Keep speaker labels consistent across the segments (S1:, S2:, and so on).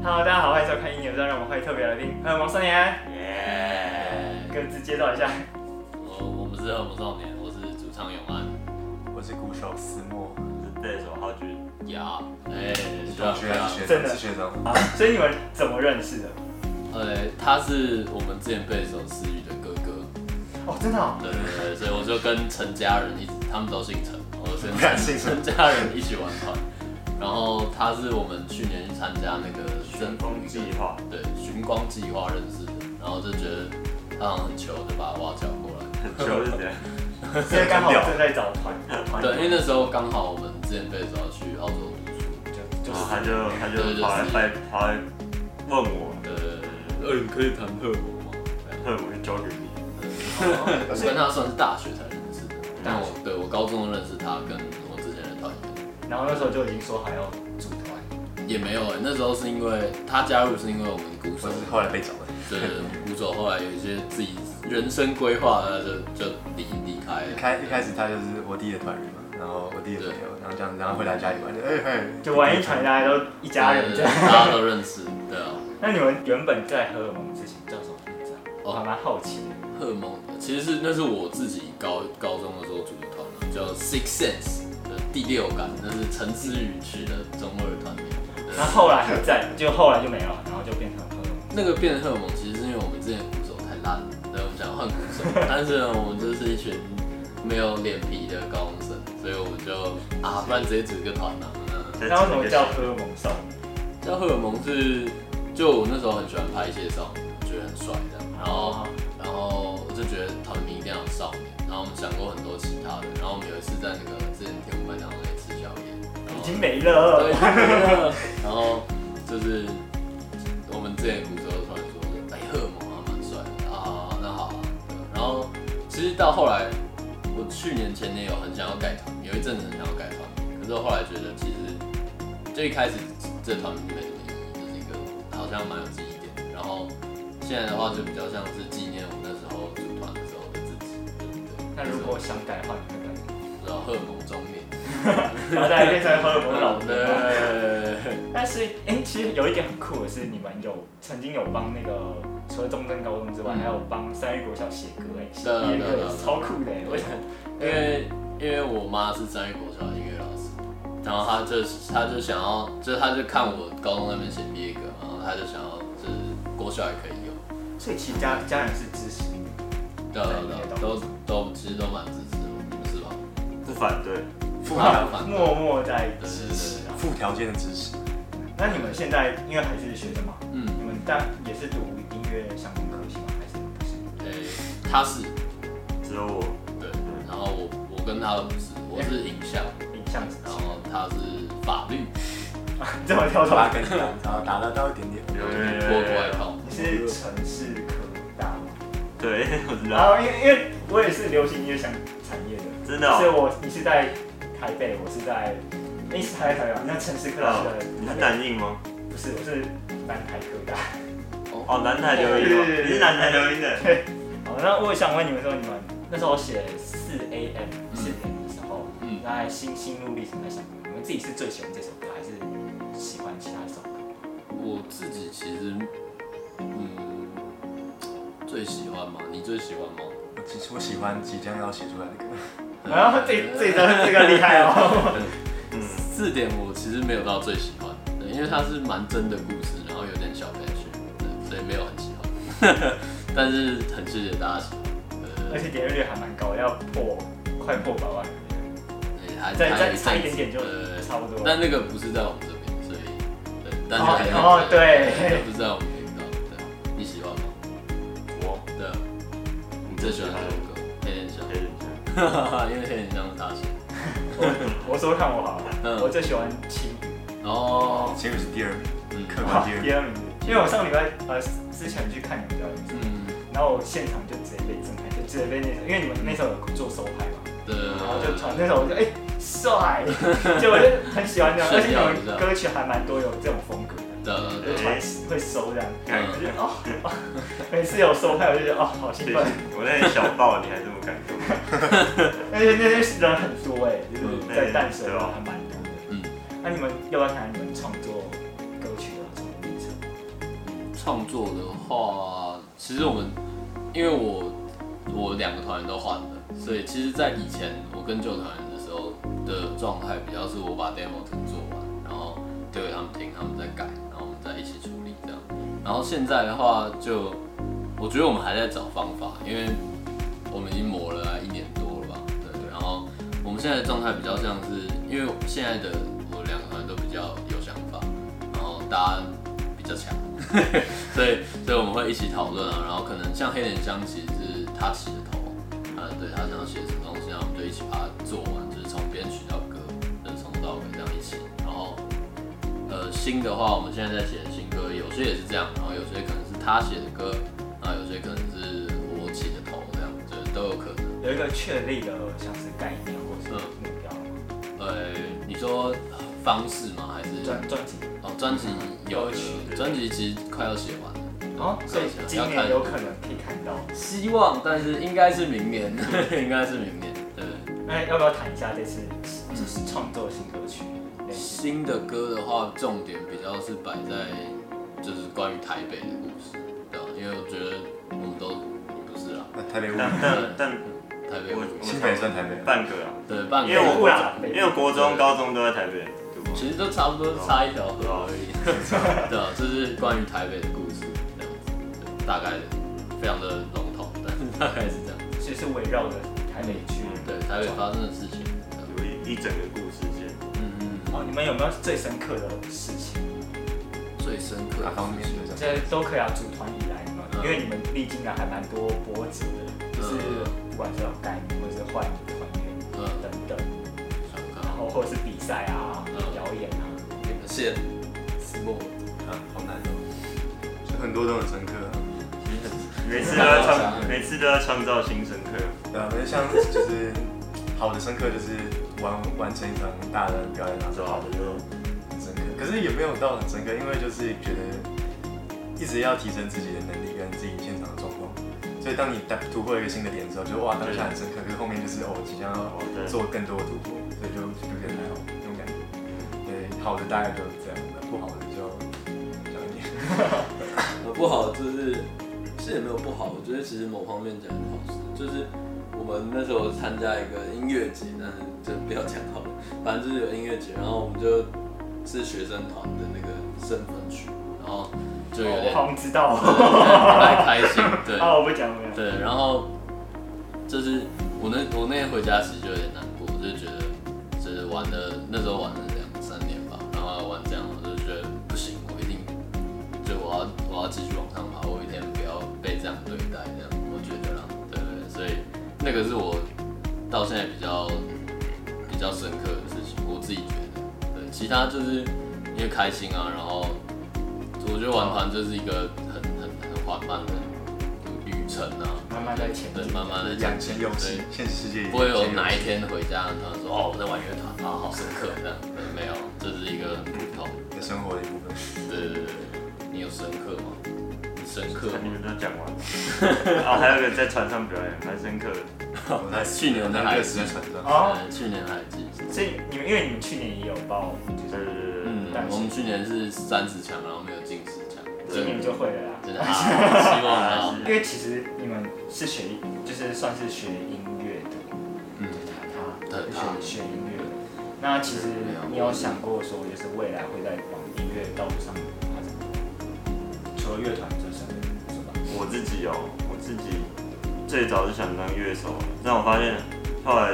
S1: Hello，大家好，欢迎收看《一牛站》，让我们欢迎特别来宾，欢迎王少年，
S2: 耶！
S1: 跟自己介绍一下。
S2: 我我们是恶魔少年，我是主唱永安。
S3: 我是鼓手思墨，
S4: 对手浩君，
S2: 呀，哎，
S3: 同学
S2: 啊，
S3: 学
S1: 真的
S3: 长是学长，
S1: 啊，所以你们怎么认识的？
S2: 呃，他是我们之前贝斯手思雨的哥哥，
S1: 哦，真的、哦，
S2: 对对对，所以我就跟陈家人一直，他们都姓陈，我就跟
S3: 姓什
S2: 陈家人一起玩团。然后他是我们去年去参加那个
S4: 春风计划，
S2: 对寻光计划认识的，然后就觉得嗯他好像很糗，就把他挖角过来。
S4: 就是这样。
S1: 现在刚好正在找团，团
S2: 对，因为那时候刚好我们之前贝斯手要去澳洲读书，就
S4: 然后他就他就跑来拜，跑来问我，
S2: 呃，呃，你可以弹赫伯吗？
S4: 会不会交给你？
S2: 我跟他算是大学才认识的，
S1: 嗯
S2: 但我对我高中认识他，跟我之前的团员
S1: 然后那时候就已经说好要组团，
S2: 也没有、欸。那时候是因为他加入是因为我们鼓手
S3: 我，是后来被找的。
S2: 对对对鼓手后来有一些自己人生规划，他就就离离开
S3: 一
S2: 了。
S3: 开一开始他就是我弟的团员嘛，然后我弟的朋友，然后这样，然后回来家里玩，就哎嘿，
S1: 就玩一团，大家都一家人这
S2: 对
S1: 样。
S2: 大 家都认识，对啊。
S1: 那你们原本在荷尔蒙之前叫什么名字啊？我还蛮好奇的。
S2: 荷尔蒙其实是那是我自己高高中的时候组的团啊，叫 Six Sense 的第六感，那是陈思宇去的中二团名。对
S1: 那后来还在，就后来就没了，然后就变成荷尔蒙。
S2: 那个变荷尔蒙，其实是因为我们之前鼓手太烂了，对，我们想换鼓手，但是呢，我们就是一群没有脸皮的高中生，所以我们就啊，不然直接组一个团吧、嗯
S1: 那为什么叫荷尔蒙少女？
S2: 叫荷尔蒙是，就我那时候很喜欢拍一些少女，觉得很帅这样，然
S1: 哦
S2: 后然后我就觉得团名一定要有少年，然后我们想过很多其他的，然后我们有一次在那个之前天文班上在吃宵夜，然后
S1: 已经没了。
S2: 对， 然后就是我们之前鼓手突然说，哎，荷尔蒙啊蛮帅的啊，那好啊、对然后其实到后来，我去年前年有很想要改团，有一阵子很想要改团，可是我后来觉得其实最一开始这团没什么意义，就是一个好像蛮有记忆点。然后现在的话就比较像是纪念我那时候组团的时候的自己，对不对？
S1: 那如果想改的话，你会改吗？
S2: 然后荷尔蒙中年，
S1: 然后再变成荷尔蒙 老的。
S2: 对。
S1: 但是，哎、其实有一点很酷的是，你们有曾经有帮那个除了中正高中之外，
S2: 嗯
S1: 还有帮三育国小写歌、哎，写
S2: 对啊
S1: 毕业
S2: 对啊对啊
S1: 歌，超酷的、哎为什么？
S2: 因为因为我妈是三育国小的音乐老师，然后她就是她就想要，就是她就看我高中那边写毕业歌，然后她就想要就是国小也可以用，
S1: 所以其实家家人是支持你的，
S2: 对啊对对，都都其实都蛮支持我，你们是吧？
S4: 不反对，
S3: 附
S2: 啊
S3: 条
S2: 反对
S1: 默默在支持啊。
S3: 附条件的支持，
S1: 那你们现在因为还是学生嘛，
S2: 嗯，
S1: 你们但也是读音乐相关科系吗？还是不是？
S2: 诶，她是
S4: 只有我
S2: 对，然后我我跟她都不是，我是影像，
S1: 影像是
S2: 然后她是法律，
S1: 你这么跳出
S3: 把
S1: 来，
S3: 跟然后打得到一点点。
S4: 有
S2: 就是国国外考，
S1: 你是城市科大吗？
S4: 对，我知
S1: 然
S4: 道，
S1: 后因为因为我也是流行音乐相产业的。
S4: 真的
S1: 所以
S4: 哦。
S1: 我你是在台北，我是在，诶你是台北台北吧，那城市科大是在
S4: 你是南印吗？
S1: 不是，我是南台科大。
S4: 哦，南台留音吗？你是南台留音的，
S1: 好，那我也想问你们说，你们那时候写四 A M 四点的时候，
S2: 嗯
S1: 那心心路历程在想，你们自己是最喜欢这首歌，还是喜欢其他首歌？
S2: 我自己其实嗯最喜欢嘛，你最喜欢吗？
S3: 我其实我喜欢即将要写出来的歌，
S1: 然后这这个这个厉害哦，
S4: 嗯，
S2: 四点我其实没有到最喜欢，对，因为它是蛮真的故事，然后有点小悲剧，对，所以没有很喜欢。 但是很谢谢大家喜欢，呃
S1: 而且点阅率还蛮高，要破快破百万，
S2: 对，还
S1: 哎再
S2: 还有
S1: 再
S2: 一阵
S1: 差一点
S2: 子
S1: 点就
S2: 对
S1: 差不多了。
S2: 呃但那个不是在我们这边，所以对，但是
S1: 哦
S2: 还有
S1: 哦对
S2: 不是在我们频道，对，你喜欢吗？
S4: 我
S2: 对啊，你最喜欢哪首歌？黑人香
S4: 有点像，
S2: 哈哈哈， 因为黑人香是他写的。
S1: 我说看我好了，我
S2: 嗯，
S1: 最喜欢青雨。
S2: 哦，
S3: 结果是第二名，
S2: 嗯
S3: 客
S1: 哇
S3: 观第二名。
S1: 第二名，因为我上礼拜呃之前去看你们表演，
S2: 嗯，
S1: 然后我现场就直接被震撼，就直接被那首，因为你们那时候有做手拍嘛，
S2: 对，
S1: 然后就传那首，我就哎帅，就我就很喜欢这样，而且你们歌曲还蛮多有这种风格的，
S2: 对对
S1: 就
S2: 对，
S1: 传会收这样，
S4: 感
S1: 我就哦哦，每次有收拍我就觉得哦好兴
S4: 谢谢
S1: 奋，
S4: 我那天小爆你还这么感动，
S1: 而且那些人很多哎，就是在淡水
S4: 对
S1: 啊
S4: 啊
S1: 还蛮多的，
S2: 嗯。
S1: 那你们要不要谈谈你们创作歌曲的这种历程？
S2: 创作的话，其实我们因为我我两个团员都换了，所以其实，在以前我跟旧团员的时候的状态，比较是我把 demo 整做完，然后丢给他们听，他们再改，然后我们再一起处理这样。然后现在的话就，我觉得我们还在找方法，因为我们已经磨了啊一年多了吧，对对。然后我们现在的状态比较像是，因为现在的我两个团都比较有想法，然后大家比较强，所以所以我们会一起讨论啊。然后可能像黑人香其实是他起的头，啊，对他想要写什么东西，然后我们就一起把它做完，就是从编曲到歌，就是从头到尾这样一起。然后呃新的话，我们现在在写的新歌，有些也是这样，然后有些可能是他写的歌，然后有些可能是我起的头，这样就是都有可能。
S1: 有一个确立的像是概念或是
S2: 嗯
S1: 目标吗
S2: 呃，你说呃方式吗？还是
S1: 专专辑，
S2: 哦，专辑有
S1: 歌曲
S2: 了专辑其实快要写完了，
S1: 哦，所以今
S2: 要看
S1: 年有可能可以看到。
S2: 希望，但是应该是明年， 应该是明年。对，
S1: 那要不要谈一下这次就是创作新歌曲？类似
S2: 新的歌的话，重点比较是摆在就是关于台北的故事，对吧？因为我觉得我们都不是啦，
S3: 那台北物
S4: 但
S3: 语，
S4: 但但
S2: 台北
S4: 我
S2: 故事
S3: 新北也算台北啊。
S4: 半个啊，
S2: 对，半
S4: 因为我
S2: 个
S1: 不
S4: 国
S1: 啦
S4: 因为我国中、高中都在台北读过。
S2: 其实都差不多差一条河而 已，对啊，这是关于台北的故事，这样子，对大概非常的笼统，但是大概是这样。
S1: 其实是围绕着台北区。
S2: 对，台北发生的事情，
S4: 有一一整个故事线，
S2: 嗯嗯嗯，
S1: 哦，你们有没有最深刻的事情？
S2: 最深刻
S3: 哪
S2: 的
S3: 方面
S2: 事情？
S3: 就是
S1: 这都可以啊，组团以来你们，
S2: 嗯
S1: 因为你们历经了还蛮多波折的，就是不管是有改名或者是换团员
S2: 嗯
S1: 等等，
S2: 想看
S1: 然后或者是比赛啊
S2: 嗯、
S1: 表演啊，
S2: 那个线，是梦，
S3: 啊，好难哦，就很多都很深刻啊。
S4: 每次都要创，每次都要创造新深刻。
S3: 对啊，因为像就是好的深刻就是完完成一场大的表演，然啊后好的就很深刻。可是也没有到很深刻，因为就是觉得一直要提升自己的能力跟自己现场的状况。所以当你打突破一个新的点之后，就哇当下很深刻，可是后面就是哦即将要
S4: 对
S3: 做更多的突破，所以就有点还好那种感觉。对，好的大概就是这样，那不好的就小一点。
S2: 呃，不好就是，其实也没有不好，我觉得其实某方面讲是好事，就是我们那时候参加一个音乐节，但是就不要讲好了，反正就是有音乐节，然后我们就是学生团的那个身份曲，然后就有
S1: 我
S2: 点
S1: 好像知道哦。
S2: 不太开心，对，
S1: 啊，我不讲了。
S2: 对，然后就是我那我那天回家其实就有点难过，就是觉得就是玩了那时候玩了两三年吧，然后玩这样，我就觉得不行，我一定就我要我要继续往上爬，我有一天不要被这样对待，这样我觉得啦，对对对，所以那个是我到现在比较比较深刻的事情，我自己觉得，对，其他就是因为开心啊，然后我觉得玩团就是一个很很很缓慢的旅程啊，
S1: 慢慢在前
S2: 对
S1: 进，
S2: 慢慢的
S3: 养成游戏
S2: 对，
S3: 现实世界也
S2: 不会有
S3: 养成游戏
S2: 哪一天回家然后说哦我在玩乐团啊，好深刻这样，对没有，这是一个很普通，
S3: 的生活的一部分。
S2: 对对对对，你有深刻吗？你深刻
S4: 你
S2: 吗？
S4: 们都讲完了，啊，还有一个在船上表演，蛮深刻的。
S3: 我在
S2: 去年的
S3: 那
S2: 海
S3: 个
S2: 狮
S3: 时船上，
S1: 哦，
S2: 呃，去年还记得，
S1: 所以你们因为你们去年也有报，就是
S4: 呃，
S2: 嗯，我们去年是三十强，然后没有进十强，
S1: 今年就会了啦。
S2: 真的啊，希望啊，
S1: 因为其实你们是学，就是算是学音乐的，
S2: 嗯，
S1: 他
S2: 对
S1: 他学学音乐的。那其实你有想过说，就是未来会在往音乐道路上发展？除了乐团之上，是吧？
S4: 我自己哦，我自己最早是想当乐手，但我发现后来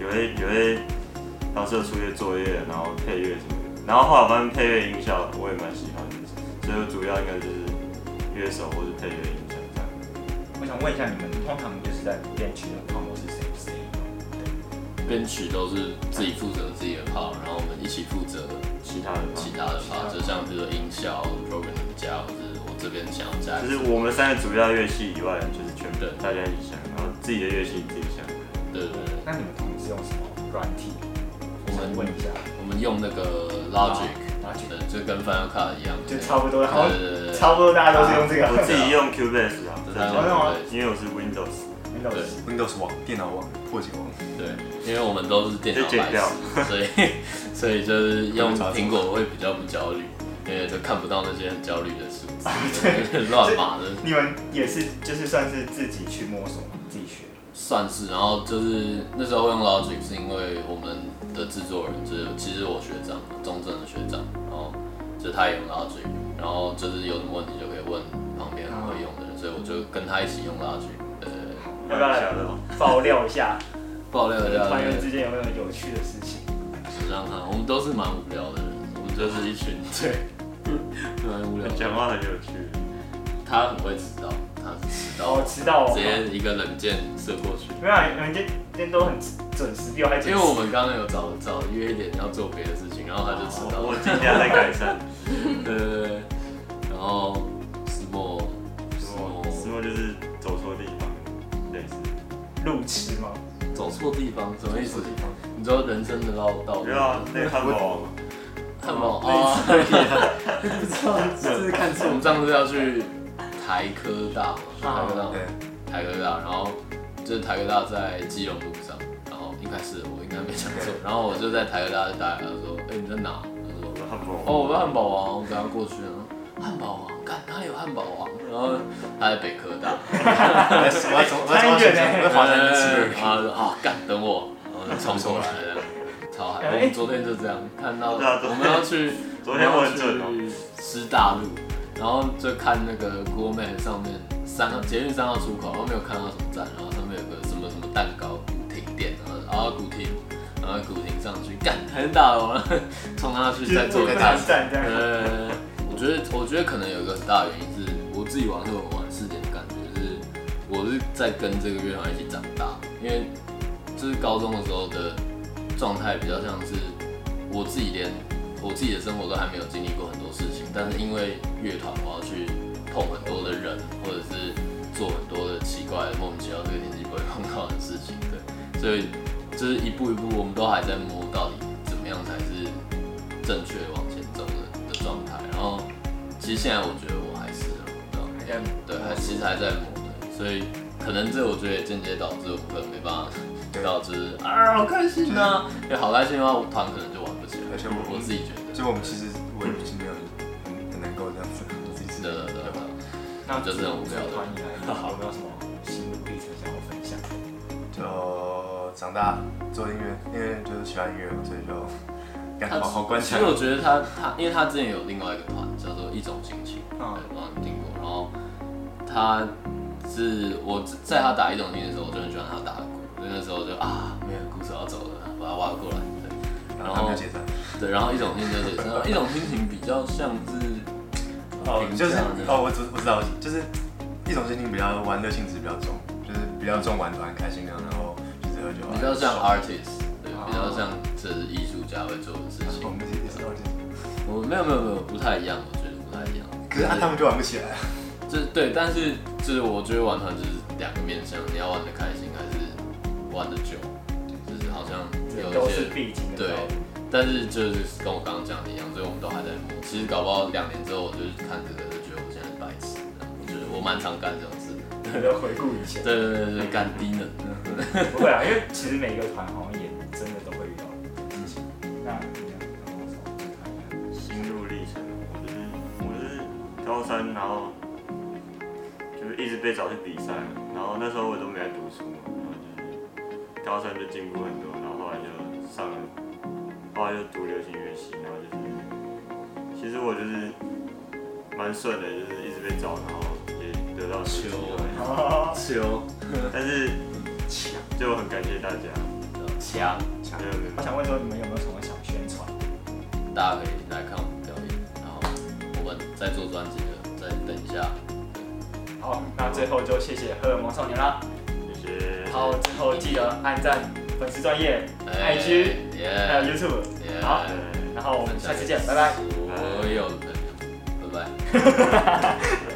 S4: 有些有些老师有出些作业，然后配乐什么的，然后后来我发现配乐音效我也蛮喜欢的，所以我主要应该就是乐手或是配乐音效这样。
S1: 我想问一下你们，通常就是在编曲的框，我是谁谁？
S2: 编曲都是自己负责自己的 part，然后我们一起负责
S4: 其他的吗
S2: 其他的
S4: 嗯
S2: part，就像比如说音效、program 啊加，或者是我这边想要加
S4: 就是我们三个主要乐器以外，就是全部
S2: 对
S4: 大家一起想，然后自己的乐器自己想。
S2: 对对对，
S1: 那你们通常是用什么软体？
S2: 我
S1: 想问
S2: 们
S1: 一下，
S2: 我们用那个 Logic，
S4: 啊
S1: 拿去
S2: 对，就跟 Final Cut 一样，
S1: 就差不多，
S2: 对
S1: 好像
S2: 对对对，
S1: 差不多大家都是用这
S4: 我
S1: 个。
S4: 自己用 Cubase 啊，
S2: 对
S4: 真
S1: 啊真的吗
S4: 的因为我是 Windows，
S1: Windows
S3: Windows 网、电脑网、破解网，
S2: 对对，因为我们都是电脑
S4: 就剪
S2: 白
S4: 掉
S2: 痴，所以所以就是用苹果会比较不焦虑，对，就看不到那些很焦虑的数字， 很 乱码的，
S1: 你们也是就是算是自己去摸索嘛，自己学。
S2: 算是。然后就是那时候会用 Logic，是因为我们的制作人就是其实我学长，中正的学长，然后就他也用 Logic，然后就是有什么问题就可以问旁边很会用的人，所以我就跟他一起用 Logic。对对对
S1: 要不要来
S4: 吓得我
S1: 爆料一下，
S2: 爆料一下，
S1: 团员
S2: 对
S1: 之间有没有有趣的事情？
S2: 就让他，我们都是蛮无聊的人，我们就是一群对，蛮无聊的。
S4: 讲话很有趣，
S2: 他很会迟到，他是迟到
S1: 哦，，迟到哦
S2: 直，接一个冷箭射过去。
S1: 没有啊，你们今天都很准时，比我还准时。
S2: 因为我们刚刚有早早约一点要做别的事情，然后他啊就迟到
S4: 我
S2: 了。
S4: 尽量在改 善。
S2: 对对对。然后石墨，石墨
S4: 什么就是走错地方，类似。
S1: 路痴吗？
S2: 走错地方，什么意 思？你知道人生的绕道
S4: 没有啊，那个汉堡王
S2: 汉堡啊，
S3: 不知道，这是看
S2: 我们上次要去台科大嘛，台科大，
S3: 哦对，
S2: 台科大，然后就是台科大在基隆路上，然后应该是我应该没讲错，然后我就在台科大就打给他说，哎、你在哪？他说
S4: 我。说汉堡啊王，
S2: 哦，我要汉堡王，我赶快过去了。汉堡王，干哪里有汉堡王？然后他在北科大，
S3: 我要从我要从我要
S2: 然后
S3: 华
S2: 他
S3: 山
S2: 就
S3: 去
S2: 吃了，
S3: 吃
S2: 然后他就啊干等我，然后就冲过来了，超嗨！我们昨天就这样看到，
S4: 对啊昨
S2: 我
S4: 天
S2: 们要去，
S4: 昨天我很准哦
S2: 我们要去师大路，然后就看那个 Google Map 上面三号捷运三号出口，然后没有看到什么站，然后上面有个什么什么蛋糕古亭店，然后啊古亭，然后古亭上去干很大了， 冲上去再坐
S1: 就是不
S2: 一个
S1: 能
S2: 大
S1: 站站这样。
S2: 呃，我觉得我觉得可能有一个很大的原因是我自己玩会玩四点的感觉，就是我是在跟这个乐团一起长大，因为就是高中的时候的状态比较像是我自己连我自己的生活都还没有经历过很多事情，但是因为乐团我要去碰很多的人，或者是做很多的奇怪的莫名其妙这个年纪不会碰到的事情，对，所以就是一步一步我们都还在摸到底怎么样才是正确往前走的的状态。然后，其实现在我觉得我还是啊
S1: 还在摸
S2: 对，还其实还在磨的，所以可能这我觉得也间接导致我们可能没办法
S3: 对
S2: 导致啊，好开心呐、啊，因为好开心的话，团可能就玩不起来。
S3: 而且我们
S2: 我自己觉得，
S3: 所以我们其实我也是没有很很能够这样子，自己吃
S2: 对对对对，
S1: 那
S2: 就是很无聊的
S1: 团以来，有没有什么心路历程想要分享？
S3: 就长大做音乐，因为就是喜欢音乐嘛，所以就感觉好好关
S2: 其
S3: 腔
S2: 实。我觉得他他，因为他之前有另外一个团叫做一种心情，
S1: 嗯
S2: 对，不知道你听过。然后他是我在他打一种心情的时候，我就很喜欢他打的鼓，所以那时候就啊，没有鼓手要走了，把他挖过来。对
S3: 然后他们就解散，
S2: 对，然后一种心情就解散，一种心情比较像是
S3: 哦，
S2: 评价
S3: 就是
S2: 那种
S3: 哦，我知我知道，就是一种心情比较玩乐性质比较重，就是比较重玩团开心的，然后就是喝酒啊，
S2: 比较像
S3: 爽
S2: artist，对，
S1: 哦
S2: 比较像这是艺术家会做的事情
S3: 我。们也是 artist，
S2: 我没有没有没有不太一样，我觉得不太一样。
S3: 可是他他们就玩不起来啊。
S2: 就是对，但是就是我觉得玩团就是两个面向，你要玩的开心还是玩的久，就是好像有
S1: 这都
S2: 一
S1: 是
S2: 些
S1: 必经的
S2: 对
S1: 道路。，
S2: 但是就是跟我刚刚讲的一样，所以我们都还在摸。其实搞不好两年之后，我就是看这个就觉得我现在是白痴，这样我觉得我蛮常干这种事。
S1: 你要回顾以前，
S2: 对对对对，干低能。
S1: 不会啊，因为其实每一个团好像也真的都会遇到这种事情。那你讲跟我说，团
S4: 心路历程，我就是我就是高三，然后就是一直被找去比赛，然后那时候我都没在读书嘛，然后就是高三就进步很多，然后后来就上了，后来就读流行乐系，然后就是其实我就是蛮顺的，就是一直被找，然后也得到机会，
S1: 员
S3: 哦
S2: 球
S4: 但是就很感谢大家，
S2: 呃强，
S4: 没有没有
S1: 我想问说，你们有没有什么想宣传？
S2: 大家可以来看我们表演，然后我们在做专辑了，再等一下。
S1: 好，那最后就谢谢荷尔蒙少年啦。
S4: 谢谢。
S1: 然后最后记得按赞粉丝专业、IG
S4: 哎
S2: 哎
S1: 还有 YouTube，
S2: 耶
S1: 好
S4: 呃
S1: 然后我们下次见，拜拜。
S2: 所有的朋友，拜拜。